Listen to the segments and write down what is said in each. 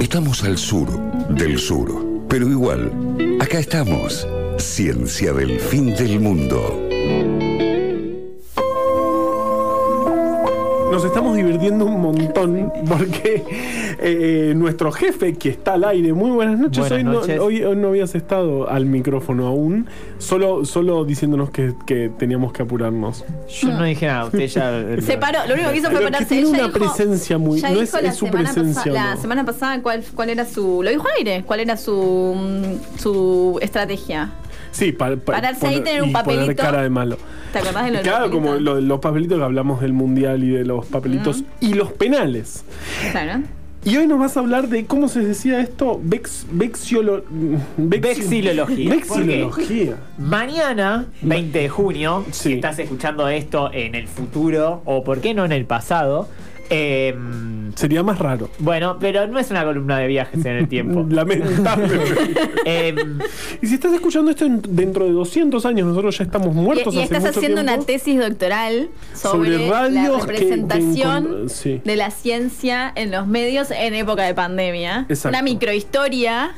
Estamos al sur del sur, pero igual, acá estamos. Ciencia del fin del mundo. Nos estamos divirtiendo un montón porque eh, nuestro jefe que está al aire, muy buenas noches, Buenas hoy, no- noches. hoy- hoy no habías estado al micrófono aún, solo, solo diciéndonos que, que teníamos que apurarnos. Yo no dije nada, usted ya. eh, Se paró, lo único que hizo fue Pero que pararse. tiene Ella una dijo- presencia muy- ya no dijo es- la es su semana presencia, pasa- La ¿no? semana pasada, ¿cuál, ¿cuál era su. Lo dijo al aire, ¿cuál era su, mm, su estrategia? Sí, para Pararse ahí, tener un poner papelito. cara de malo. ¿Te acordás de lo del Claro, papelito? como lo de los papelitos que hablamos del mundial y de los papelitos y los penales. Claro. Y hoy nos vas a hablar de cómo se decía esto, vex, vexiolo- vexi- Vexilología. Vexilología. Mañana, 20 de junio, Sí. si estás escuchando esto en el futuro o por qué no en el pasado, eh, Sería más raro. bueno, pero no es una columna de viajes en el tiempo. Lamentablemente. Eh, y si estás escuchando esto en- dentro de 200 años, nosotros ya estamos muertos. Y, y hace estás mucho haciendo tiempo. una tesis doctoral sobre, Sobre la radios que- que representación encont- sí. de la ciencia en los medios en época de pandemia. Exacto. Una microhistoria.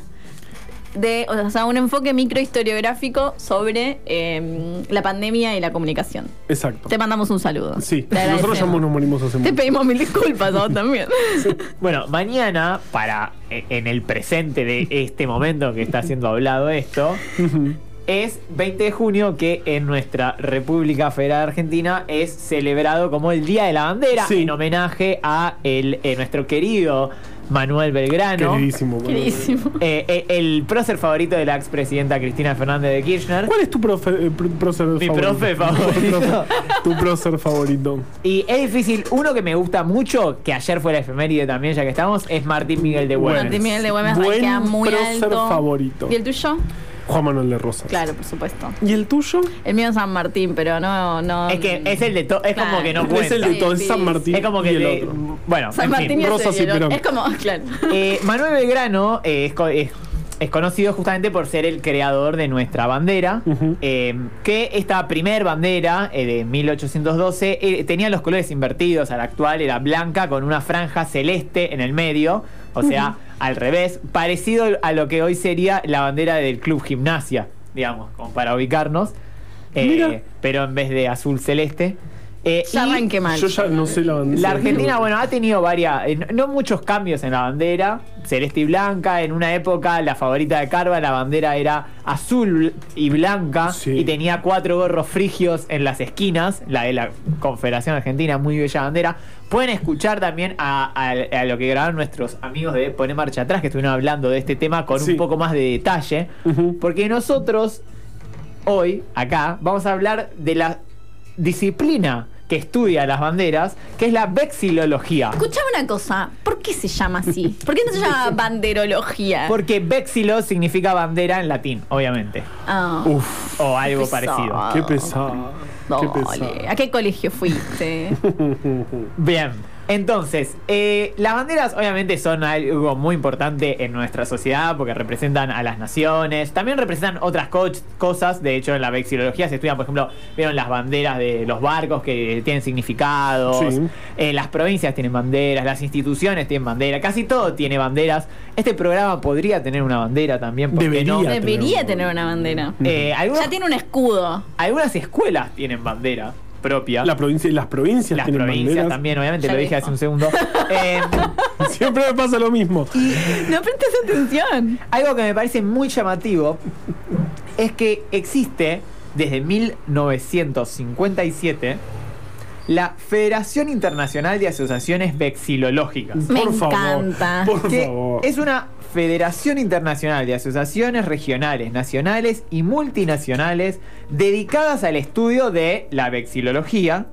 De, o sea, un enfoque microhistoriográfico sobre eh, la pandemia y la comunicación. Exacto. Te mandamos un saludo. Sí, Te nosotros ya agradecemos. nos morimos hace Te mucho. pedimos mil disculpas a vos también. bueno, mañana, para eh, en el presente de este momento que está siendo hablado esto, Ujú. es 20 de junio que en nuestra República Federal Argentina es celebrado como el Día de la Bandera Sí. en homenaje a el, eh, nuestro querido Manuel Belgrano, Queridísimo. bueno. Queridísimo. eh, eh, el prócer favorito de la expresidenta Cristina Fernández de Kirchner. ¿Cuál es tu profe, eh, pr- prócer Mi favorito? profe favorito. Tu prócer favorito. Y es difícil, uno que me gusta mucho, que ayer fue la efeméride también, ya que estamos, es Martín Miguel de Güemes. Bueno. Martín Miguel de Güemes Buen queda muy prócer alto. favorito. ¿Y el tuyo? Juan Manuel de Rosas. Claro, por supuesto. ¿Y el tuyo? El mío es San Martín, pero no. no Es que es el de todo, es Claro. como que no cuenta. es el de Sí, todo, es sí. San Martín. Es como que y el le- otro. Bueno, San en Martín fin. y Rosas ese, y Perón. Es como, claro. Eh, Manuel Belgrano eh, es, co- es- es conocido justamente por ser el creador de nuestra bandera, Ujú. eh, que esta primer bandera eh, de 1812 eh, tenía los colores invertidos, a la actual era blanca con una franja celeste en el medio, o sea, al revés, parecido a lo que hoy sería la bandera del Club Gimnasia, digamos, como para ubicarnos, eh, Mira. pero en vez de azul celeste. Eh, Ya y- arranqué mal. Yo ya no sé la bandera. la Argentina, bueno, ha tenido varias, eh, no- no muchos cambios en la bandera, celeste y blanca. En una época, la favorita de Carva, la bandera era azul y blanca Sí. y tenía cuatro gorros frigios en las esquinas, la de la Confederación Argentina, muy bella bandera. Pueden escuchar también a, a- a lo que grabaron nuestros amigos de Poner Marcha Atrás, que estuvieron hablando de este tema con Sí. un poco más de detalle, Ujú. porque nosotros hoy, acá, vamos a hablar de la disciplina que estudia las banderas, que es la vexilología. Escuchame una cosa. ¿Por qué se llama así? ¿Por qué no se llama banderología? Porque vexilo significa bandera en latín, obviamente. Ah, Uf, O algo Qué pesado. parecido. qué pesado. Qué dole. pesado. ¿A qué colegio fuiste? Bien. Entonces, eh, las banderas obviamente son algo muy importante en nuestra sociedad porque representan a las naciones, también representan otras co- cosas, de hecho en la vexilología se estudian, por ejemplo, vieron las banderas de los barcos que tienen significados, Sí. Eh, las provincias tienen banderas, las instituciones tienen bandera, casi todo tiene banderas. Este programa podría tener una bandera también. ¿por qué no? Debería. Debería tener una bandera. Eh, algunos- Ya tiene un escudo. algunas escuelas tienen bandera propia. La provincia, las provincias las tienen provincias banderas. también, obviamente, Ya lo dije dijo. hace un segundo. Eh, Siempre me pasa lo mismo. No prestes atención. algo que me parece muy llamativo es que existe desde 1957 la Federación Internacional de Asociaciones Vexilológicas. Me por encanta. Favor, por que favor. es una federación internacional de asociaciones regionales, nacionales y multinacionales dedicadas al estudio de la vexilología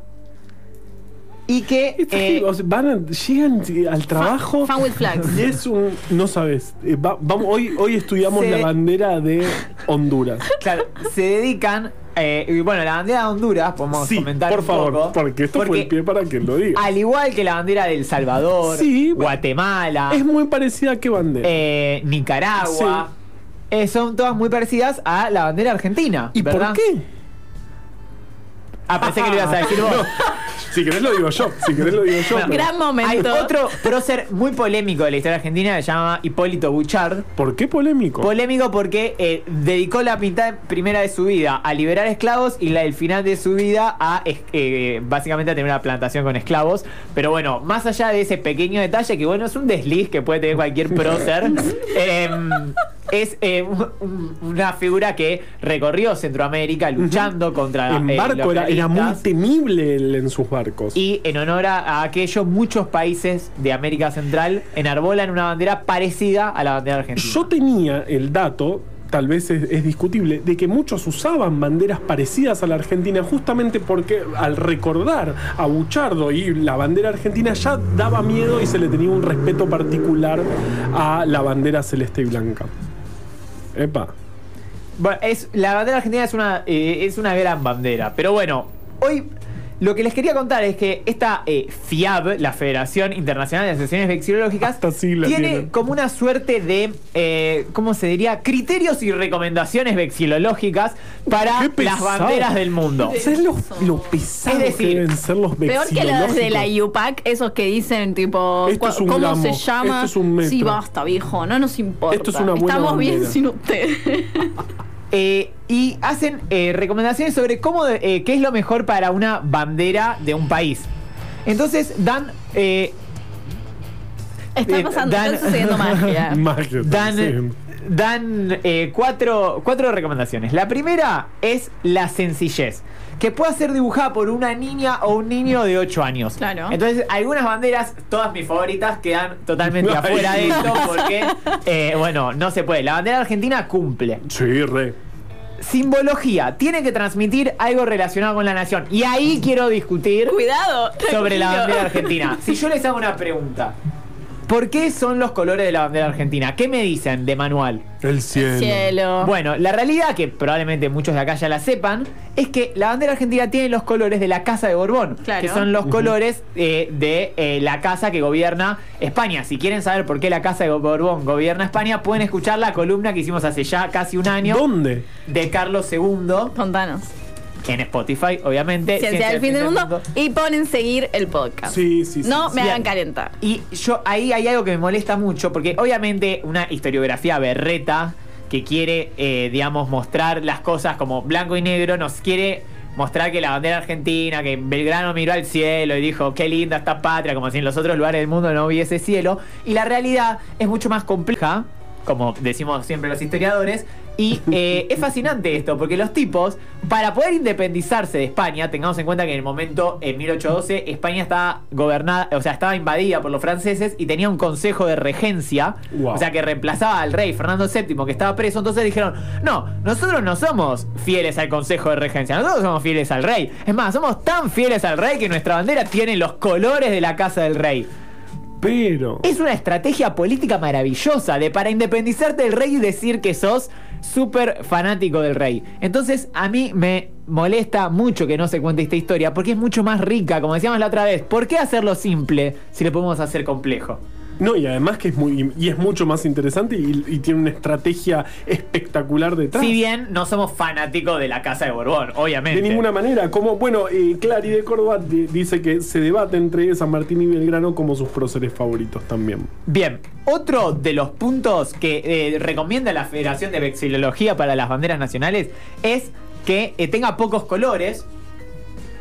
y que Esta eh, gente, o sea, van a- llegan eh, al trabajo. Fan with flags. Y es un. No sabes. eh, va- vamos, hoy, hoy estudiamos Se- la bandera de Honduras. Claro, se dedican. eh, y bueno, la bandera de Honduras, podemos sí, comentar. por un favor. poco, porque esto fue el pie para que lo diga. Al igual que la bandera de El Salvador, Sí, Guatemala, Es muy parecida a qué bandera. ah. eh, Nicaragua, eh, son todas muy parecidas a la bandera argentina. ¿Y ¿verdad? por qué? Ah, pensé que lo ibas a decir vos. Si querés lo digo yo, si querés lo digo yo. pero- Gran momento. Hay otro prócer muy polémico de la historia argentina que se llama Hipólito Buchard. ¿Por qué polémico? Polémico porque eh, dedicó la mitad primera de su vida a liberar esclavos y la del final de su vida a es- eh, básicamente a tener una plantación con esclavos. Pero bueno, más allá de ese pequeño detalle, que bueno, es un desliz que puede tener cualquier prócer, eh, es eh, un- un- una figura que recorrió Centroamérica luchando contra en eh, los barco era, era muy realistas. temible el- en sus barcos. Y en honor a, a aquello, muchos países de América Central enarbolan una bandera parecida a la bandera argentina. Yo tenía el dato, tal vez es, es discutible, de que muchos usaban banderas parecidas a la Argentina justamente porque al recordar a Buchardo y la bandera argentina ya daba miedo y se le tenía un respeto particular a la bandera celeste y blanca. Epa. Bueno, es, la bandera argentina es una, eh, es una gran bandera. Pero bueno, hoy lo que les quería contar es que esta eh, FIAB, la Federación Internacional de Asociaciones Vexilológicas, Hasta sigla tiene tienen. como una suerte de, eh, ¿cómo se diría? Criterios y recomendaciones vexilológicas para Qué las pesado. banderas del mundo. ¿Sabes lo, lo pesado Es decir, que deben ser los Peor que los de la vexilológicos? IUPAC, esos que dicen, tipo, Esto cua- es un ¿cómo gramo, se llama? esto es un metro. Sí, basta, viejo, no nos importa. Esto es una buena Estamos bien bandera. sin usted. Eh, y hacen eh, recomendaciones sobre cómo de- eh, qué es lo mejor para una bandera de un país. Entonces dan eh, Está Eh, pasando, Dan- está sucediendo magia. Magia, dan, sí. dan eh, cuatro, cuatro recomendaciones. La primera es la sencillez. Que pueda ser dibujada por una niña o un niño de 8 años. Claro. Entonces, algunas banderas, todas mis favoritas, quedan totalmente Ay. afuera de esto porque, eh, bueno, no se puede. La bandera argentina cumple. Sí, re. Simbología. Tiene que transmitir algo relacionado con la nación. Y ahí quiero discutir Cuidado. sobre la tranquilo. bandera argentina. Si yo les hago una pregunta, ¿por qué son los colores de la bandera argentina? ¿Qué me dicen de manual? El cielo. Cielo. Bueno, la realidad, que probablemente muchos de acá ya la sepan, es que la bandera argentina tiene los colores de la Casa de Borbón, Claro. que son los colores eh, de eh, la casa que gobierna España. Si quieren saber por qué la Casa de Borbón gobierna España, pueden escuchar la columna que hicimos hace ya casi un año ¿Dónde? de Carlos II Contanos. en Spotify, obviamente. Ciencia, Ciencia del fin del mundo. Y ponen seguir el podcast. Sí, sí, sí. no sí. me Bien. hagan calentar. Y yo ahí hay algo que me molesta mucho, porque obviamente una historiografía berreta que quiere, eh, digamos, mostrar las cosas como blanco y negro, nos quiere mostrar que la bandera argentina, que Belgrano miró al cielo y dijo, qué linda esta patria, como si en los otros lugares del mundo no hubiese cielo. Y la realidad es mucho más compleja, como decimos siempre los historiadores, y eh, es fascinante esto, porque los tipos, para poder independizarse de España, tengamos en cuenta que en el momento, en 1812, España estaba gobernada, o sea, estaba invadida por los franceses y tenía un consejo de regencia, Wow. o sea, que reemplazaba al rey Fernando VII, que estaba preso. Entonces dijeron, no, nosotros no somos fieles al consejo de regencia, nosotros somos fieles al rey. Es más, somos tan fieles al rey que nuestra bandera tiene los colores de la casa del rey. Pero. Es una estrategia política maravillosa de para independizarte del rey y decir que sos súper fanático del rey. Entonces a mí me molesta mucho que no se cuente esta historia porque es mucho más rica, como decíamos la otra vez. ¿Por qué hacerlo simple si lo podemos hacer complejo? No, y además que es muy y es mucho más interesante y, y tiene una estrategia espectacular detrás. Si bien no somos fanáticos de la Casa de Borbón, obviamente. de ninguna manera, como bueno, eh, Clary de Córdoba di- dice que se debate entre San Martín y Belgrano como sus próceres favoritos también. Bien, otro de los puntos que eh, recomienda la Federación de Vexilología para las banderas nacionales es que eh, tenga pocos colores,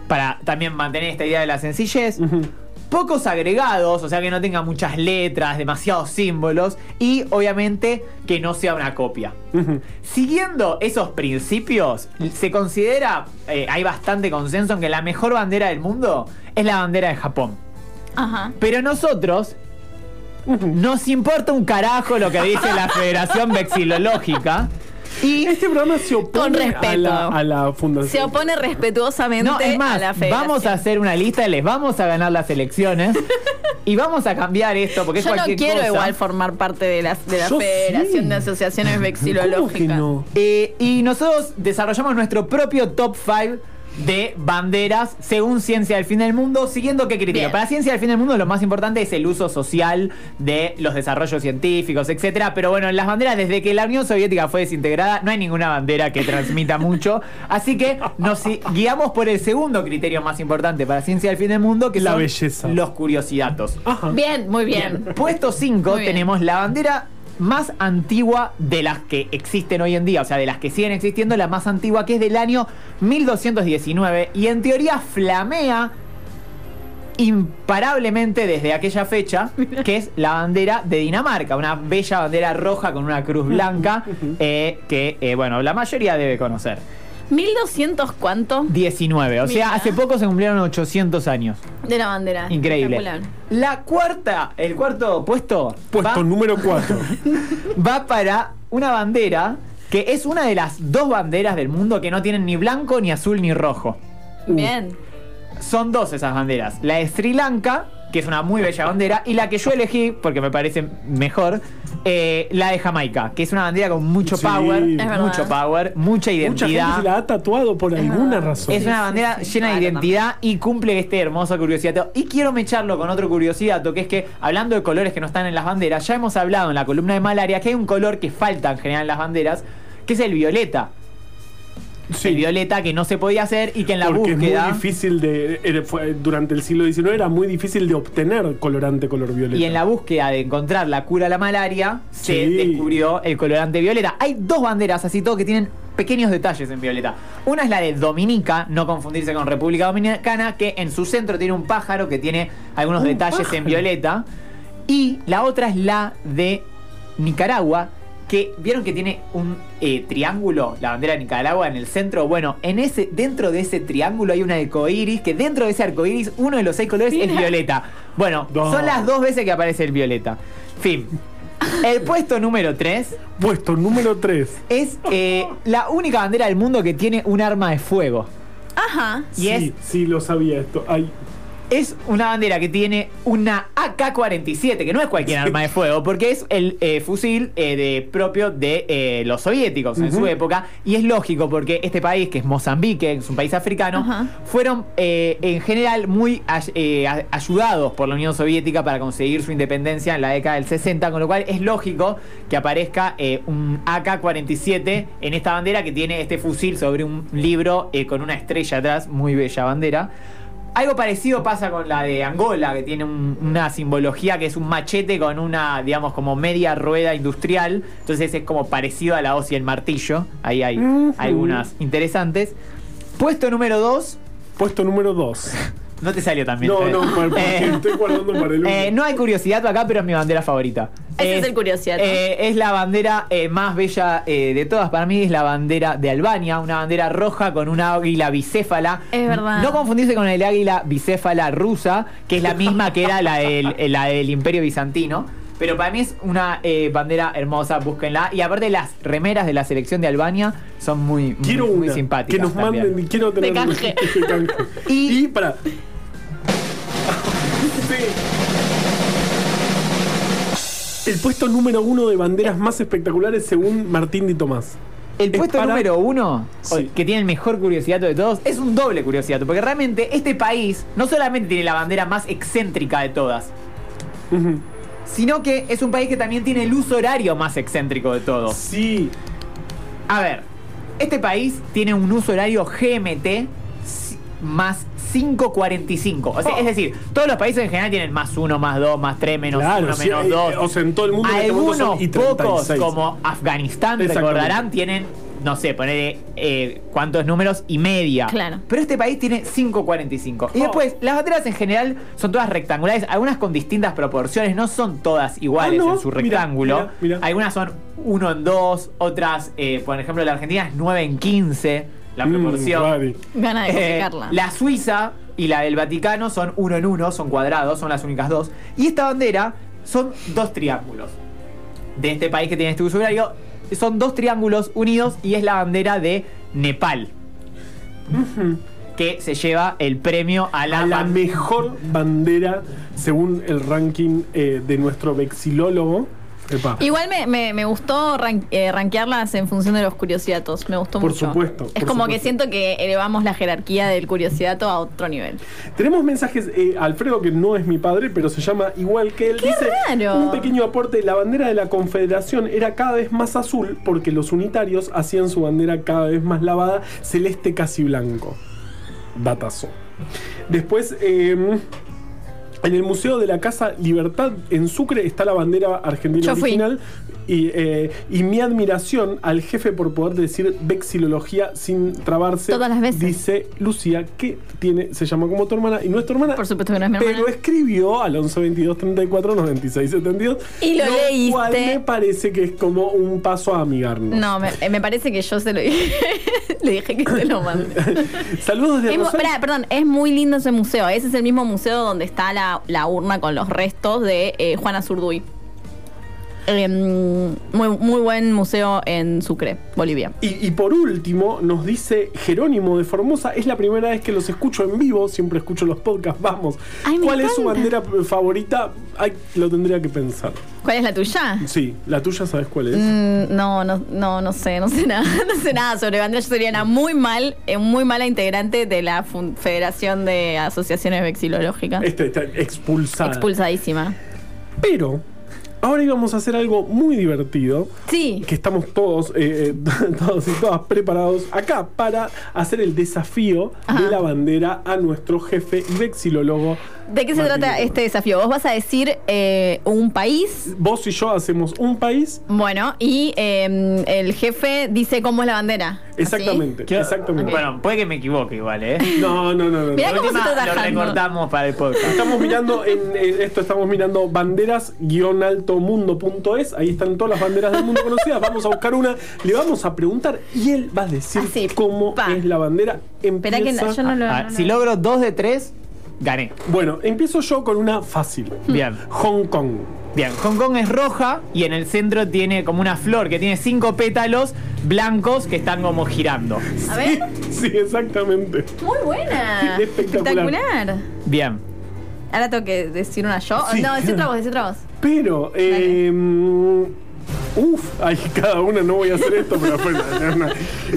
para también mantener esta idea de la sencillez, Ujú. pocos agregados, o sea que no tenga muchas letras, demasiados símbolos y obviamente que no sea una copia. Ujú. Siguiendo esos principios, se considera, eh, hay bastante consenso en que la mejor bandera del mundo es la bandera de Japón. Ajá. Pero nosotros nos importa un carajo lo que dice la Federación Vexilológica. Y Este programa se Con opone respeto. a la, a la Se fundación. opone respetuosamente no, es a más, la fe. vamos a hacer una lista, les vamos a ganar las elecciones y vamos a cambiar esto porque es Yo no cualquier quiero cosa. igual formar parte de la, de la Yo Federación sí. de Asociaciones ¿Cómo que Vexilológicas. no? Eh, y nosotros desarrollamos nuestro propio top 5 de banderas según Ciencia del Fin del Mundo, siguiendo qué criterio. Bien. Para Ciencia del Fin del Mundo lo más importante es el uso social de los desarrollos científicos, etcétera. Pero bueno, las banderas desde que la Unión Soviética fue desintegrada no hay ninguna bandera que transmita mucho, así que nos si- guiamos por el segundo criterio más importante para Ciencia del Fin del Mundo, que La son belleza. Ah, los curiosidades. Ajá. Bien, muy bien. Puesto 5 Muy bien. tenemos la bandera más antigua de las que existen hoy en día, o sea, de las que siguen existiendo, la más antigua que es del año 1219 y en teoría flamea imparablemente desde aquella fecha, que es la bandera de Dinamarca, una bella bandera roja con una cruz blanca eh, que, eh, bueno, la mayoría debe conocer. 1200 cuánto 19, o sea, Mira. hace poco se cumplieron 800 años. de la bandera. Increíble. Espectacular. La cuarta, el cuarto puesto. Puesto va- número 4. va para una bandera que es una de las dos banderas del mundo que no tienen ni blanco, ni azul, ni rojo. Bien. Son dos esas banderas. La de Sri Lanka, que es una muy bella bandera, y la que yo elegí, porque me parece mejor, eh, la de Jamaica, que es una bandera con mucho Sí. power, Es verdad. mucho power, mucha Uh, Mucha gente identidad. se la ha tatuado por alguna razón. Es una bandera Sí, sí, sí. llena de Claro, identidad y cumple este hermoso curiosidad. Y quiero mecharlo con otro curiosidad, que es que hablando de colores que no están en las banderas, ya hemos hablado en la columna de malaria que hay un color que falta en general en las banderas, que es el violeta. Sí. El violeta que no se podía hacer y que en la Porque es búsqueda muy difícil de. era- fue- durante el siglo XIX era muy difícil de obtener colorante color violeta. y en la búsqueda de encontrar la cura a la malaria se Sí. descubrió el colorante violeta. Hay dos banderas así todo que tienen pequeños detalles en violeta. Una es la de Dominica, no confundirse con República Dominicana, que en su centro tiene un pájaro que tiene algunos Un detalles en pájaro. violeta. Y la otra es la de Nicaragua, que vieron que tiene un eh, triángulo, la bandera de Nicaragua en el centro. Bueno, en ese, dentro de ese triángulo hay un arcoíris, que dentro de ese arcoíris uno de los seis colores es violeta. Bueno, No. son las dos veces que aparece el violeta. Fin. El puesto número 3 Puesto número 3. es eh, la única bandera del mundo que tiene un arma de fuego. Ajá. Y sí, sí, lo sabía esto. Ay, es, es una bandera que tiene una AK-47, que no es cualquier arma de fuego, porque es el eh, fusil eh, de, propio de eh, los soviéticos en su Ujú. época. Y es lógico, porque este país, que es Mozambique, es un país africano, Ajá. fueron eh, en general muy ay- eh, a- ayudados por la Unión Soviética para conseguir su independencia en la década del 60, con lo cual es lógico que aparezca eh, un AK-47 en esta bandera que tiene este fusil sobre un libro eh, con una estrella atrás, muy bella bandera. Algo parecido pasa con la de Angola, que tiene un- una simbología que es un machete con una, digamos, como media rueda industrial. Entonces es como parecido a la hoz y el martillo. Ahí hay Ujú. algunas interesantes. Puesto número 2. puesto número 2. No te salió también. No, no, para- porque Eh, estoy guardando para el eh, último. no hay curiosidad acá, pero es mi bandera favorita. Ese es el curiosidad. eh, es la bandera eh, más bella eh, de todas. Para mí es la bandera de Albania, una bandera roja con una águila bicéfala. Es verdad. No confundirse con el águila bicéfala rusa, que es la misma que era la del, eh, la del Imperio Bizantino. Pero para mí es una eh, bandera hermosa, búsquenla. Y aparte las remeras de la selección de Albania son muy, muy, Quiero muy una simpáticas. que nos también. manden, quiero tener De canje. de canje. Y- Y, para. Sí. El puesto número uno de banderas más espectaculares según Martín Di Tomás. El Es puesto para- número uno, Sí. o- que tiene el mejor curiosidad de todos, es un doble curiosidad, porque realmente este país no solamente tiene la bandera más excéntrica de todas, Ujú. sino que es un país que también tiene el uso horario más excéntrico de todos. Sí, A ver, este país tiene un uso horario GMT si- más 5.45. O sea, Oh. Es decir, todos los países en general tienen más uno, más dos, más tres, menos claro. uno, sí, menos eh, dos. O sea, en todo el mundo. en este momento son- Algunos y pocos, 36. como Afganistán, Exactamente. recordarán, tienen, no sé, poner cuántos números y media. Claro. Pero este país tiene 5.45. Y Oh. después, las banderas en general son todas rectangulares, algunas con distintas proporciones, no son todas iguales Ah, no. en su Mira, rectángulo. mira, mira. Algunas son 1 en 2, otras, eh, por ejemplo, la Argentina es 9 en 15, la Mm, proporción. Rari. Gana de Eh, complicarla. la Suiza y la del Vaticano son uno en uno, son cuadrados, son las únicas dos. Y esta bandera son dos triángulos. De este país que tiene este uso horario, son dos triángulos unidos y es la bandera de Nepal. Que se lleva el premio a la, A la ban- mejor bandera según el ranking eh, de nuestro vexilólogo. Epa. Igual me, me- me gustó ranquearlas rankearlas en función de los curiosidatos. Me gustó Por mucho. supuesto, Es por como que supuesto. siento que elevamos la jerarquía del curiosidato a otro nivel. Tenemos mensajes, eh, Alfredo, que no es mi padre, pero se llama igual que él. dice, raro! un pequeño aporte, la bandera de la Confederación era cada vez más azul porque los unitarios hacían su bandera cada vez más lavada, celeste casi blanco. Datazo. Después, eh, en el Museo de la Casa Libertad en Sucre está la bandera argentina Yo fui. original. Y, eh, y mi admiración al jefe por poder decir vexilología sin trabarse. Todas las veces. Dice Lucía que tiene, se llama como tu hermana y no es tu hermana. Por supuesto que no es mi hermana. Pero escribió al 11 22 34 96 72. Y lo leíste. cual me parece que es como un paso a amigarnos. No, me, eh, me parece que yo se lo dije. Le dije que se lo mande. Saludos de Es mu- Rosario. pará, perdón, es muy lindo ese museo. Ese es el mismo museo donde está la, la urna con los restos de eh, Juana Zurduy. Em, muy, muy buen museo en Sucre, Bolivia. Y, y por último, nos dice Jerónimo de Formosa, es la primera vez que los escucho en vivo, siempre escucho los podcasts, vamos. Ay, me ¿Cuál es su encanta. bandera favorita? Ay, lo tendría que pensar. ¿Cuál es la tuya? Sí, la tuya sabes cuál es. Mm, No, no, no, no sé, no sé nada, no sé nada sobre bandera. Yo sería una muy mal, eh, muy mala integrante de la Fun- Federación de Asociaciones Vexilológicas. Este, Esta está expulsada. Expulsadísima. Pero ahora íbamos a hacer algo muy divertido. Sí. que estamos todos, eh, eh, todos y todas preparados acá para hacer el desafío Ajá. de la bandera a nuestro jefe y vexilólogo. ¿De qué se Martín trata Lutero. este desafío? Vos vas a decir eh, un país. Vos y yo hacemos un país. Bueno, y eh, el jefe dice cómo es la bandera. ¿Así? Exactamente, exactamente. Bueno, puede que me equivoque igual, ¿eh? No, no, no, no. Mirá no. cómo- Encima se está lo tajando. recortamos para el podcast. Estamos mirando en, en esto, estamos mirando banderas-altomundo.es. Ahí están todas las banderas del mundo conocidas. Vamos a buscar una, le vamos a preguntar y él va a decir Así, cómo pa. es la bandera. Ah, Esperá que no- Empieza- yo no lo. Ah, no lo- si logro dos de tres, gané. Bueno, empiezo yo con una fácil. Hmm. Bien. Hong Kong. Bien, Hong Kong es roja y en el centro tiene como una flor que tiene cinco pétalos blancos que están como girando. A ver. Sí, exactamente. Muy buena. Espectacular. Espectacular. Bien. Ahora tengo que decir una yo. Sí. No, decí otra voz, decí otra voz. Pero, eh, uff, hay cada una, no voy a hacer esto, pero bueno, una,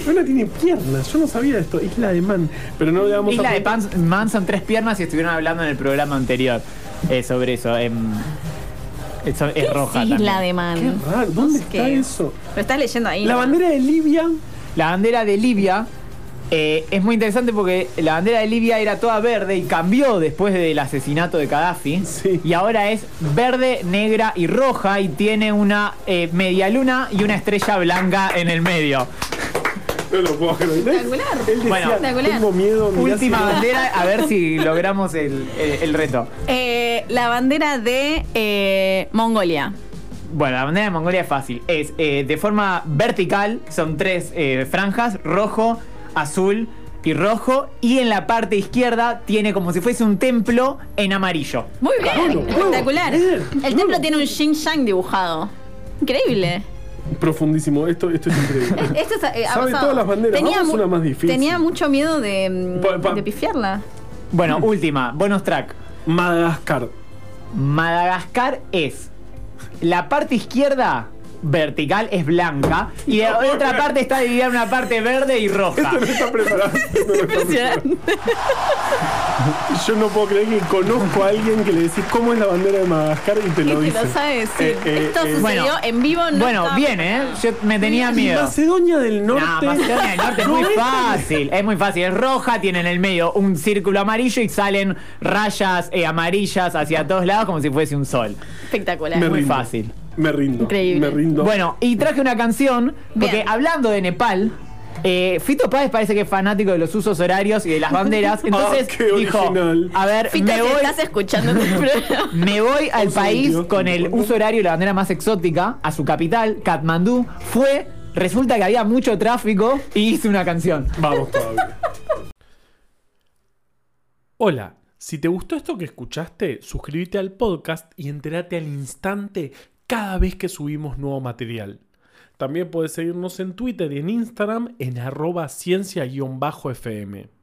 una tiene piernas, yo no sabía esto, Isla de Man, pero no le vamos Isla a de preguntar. Pans- Man son tres piernas y estuvieron hablando en el programa anterior eh, sobre eso. em, eso es roja. Isla también. de Man. Qué raro, ¿dónde está qué. eso? Lo estás leyendo ahí. La ¿no? bandera de Libia, La bandera de Libia eh, es muy interesante porque la bandera de Libia era toda verde y cambió después del asesinato de Gaddafi. Sí. Y ahora es verde, negra y roja y tiene una eh, media luna y una estrella blanca en el medio. no lo puedo creer. ¿ves? Espectacular. Él decía, Bueno. Espectacular. tengo miedo, mirá Última si- bandera, a ver si logramos el, el- el reto. Eh, la bandera de eh, Mongolia. Bueno, la bandera de Mongolia es fácil. Es eh, de forma vertical, son tres eh, franjas, rojo, azul y rojo. Y en la parte izquierda tiene como si fuese un templo en amarillo. Muy bien. lo Ah, puedo espectacular. creer, El no lo templo tiene un Xing Yang dibujado. Increíble. Profundísimo, esto, esto es increíble. Esto es, Sabe eh, avanzado. todas las banderas, vamos mu- una más difícil. Tenía mucho miedo de, mm, Pa- pa- de pifiarla. Bueno, última, bonus track. Madagascar. Madagascar es la parte izquierda vertical es blanca y la otra parte está dividida en una parte verde y roja. Esto no está preparado. esto no está preparado. Impresionante. Yo no puedo creer que conozco a alguien que le decís cómo es la bandera de Madagascar y te Y te lo dice. lo sabes decir. Eh, eh, Esto eh, sucedió Bueno. en vivo. No Bueno, estaba bien, ¿eh? Yo me tenía Y miedo. Macedonia del Norte. No, Macedonia del Norte es muy No, fácil, es muy fácil. Es roja, tiene en el medio un círculo amarillo y salen rayas eh, amarillas hacia todos lados como si fuese un sol. Espectacular. Me Muy rindo. fácil. Me rindo. Increíble. Me rindo. Bueno, y traje una canción, porque Bien. hablando de Nepal, eh, Fito Páez parece que es fanático de los usos horarios y de las banderas. Ah, Entonces qué dijo, original. a ver, Fito, me si voy, estás escuchando este programa. me voy al Oh, país Dios, con el Dios. uso horario y la bandera más exótica, a su capital, Katmandú, fue, resulta que había mucho tráfico y hice una canción. Vamos todavía. Hola, si te gustó esto que escuchaste, suscríbete al podcast y entérate al instante cada vez que subimos nuevo material. También puedes seguirnos en Twitter y en Instagram en arroba ciencia-fm.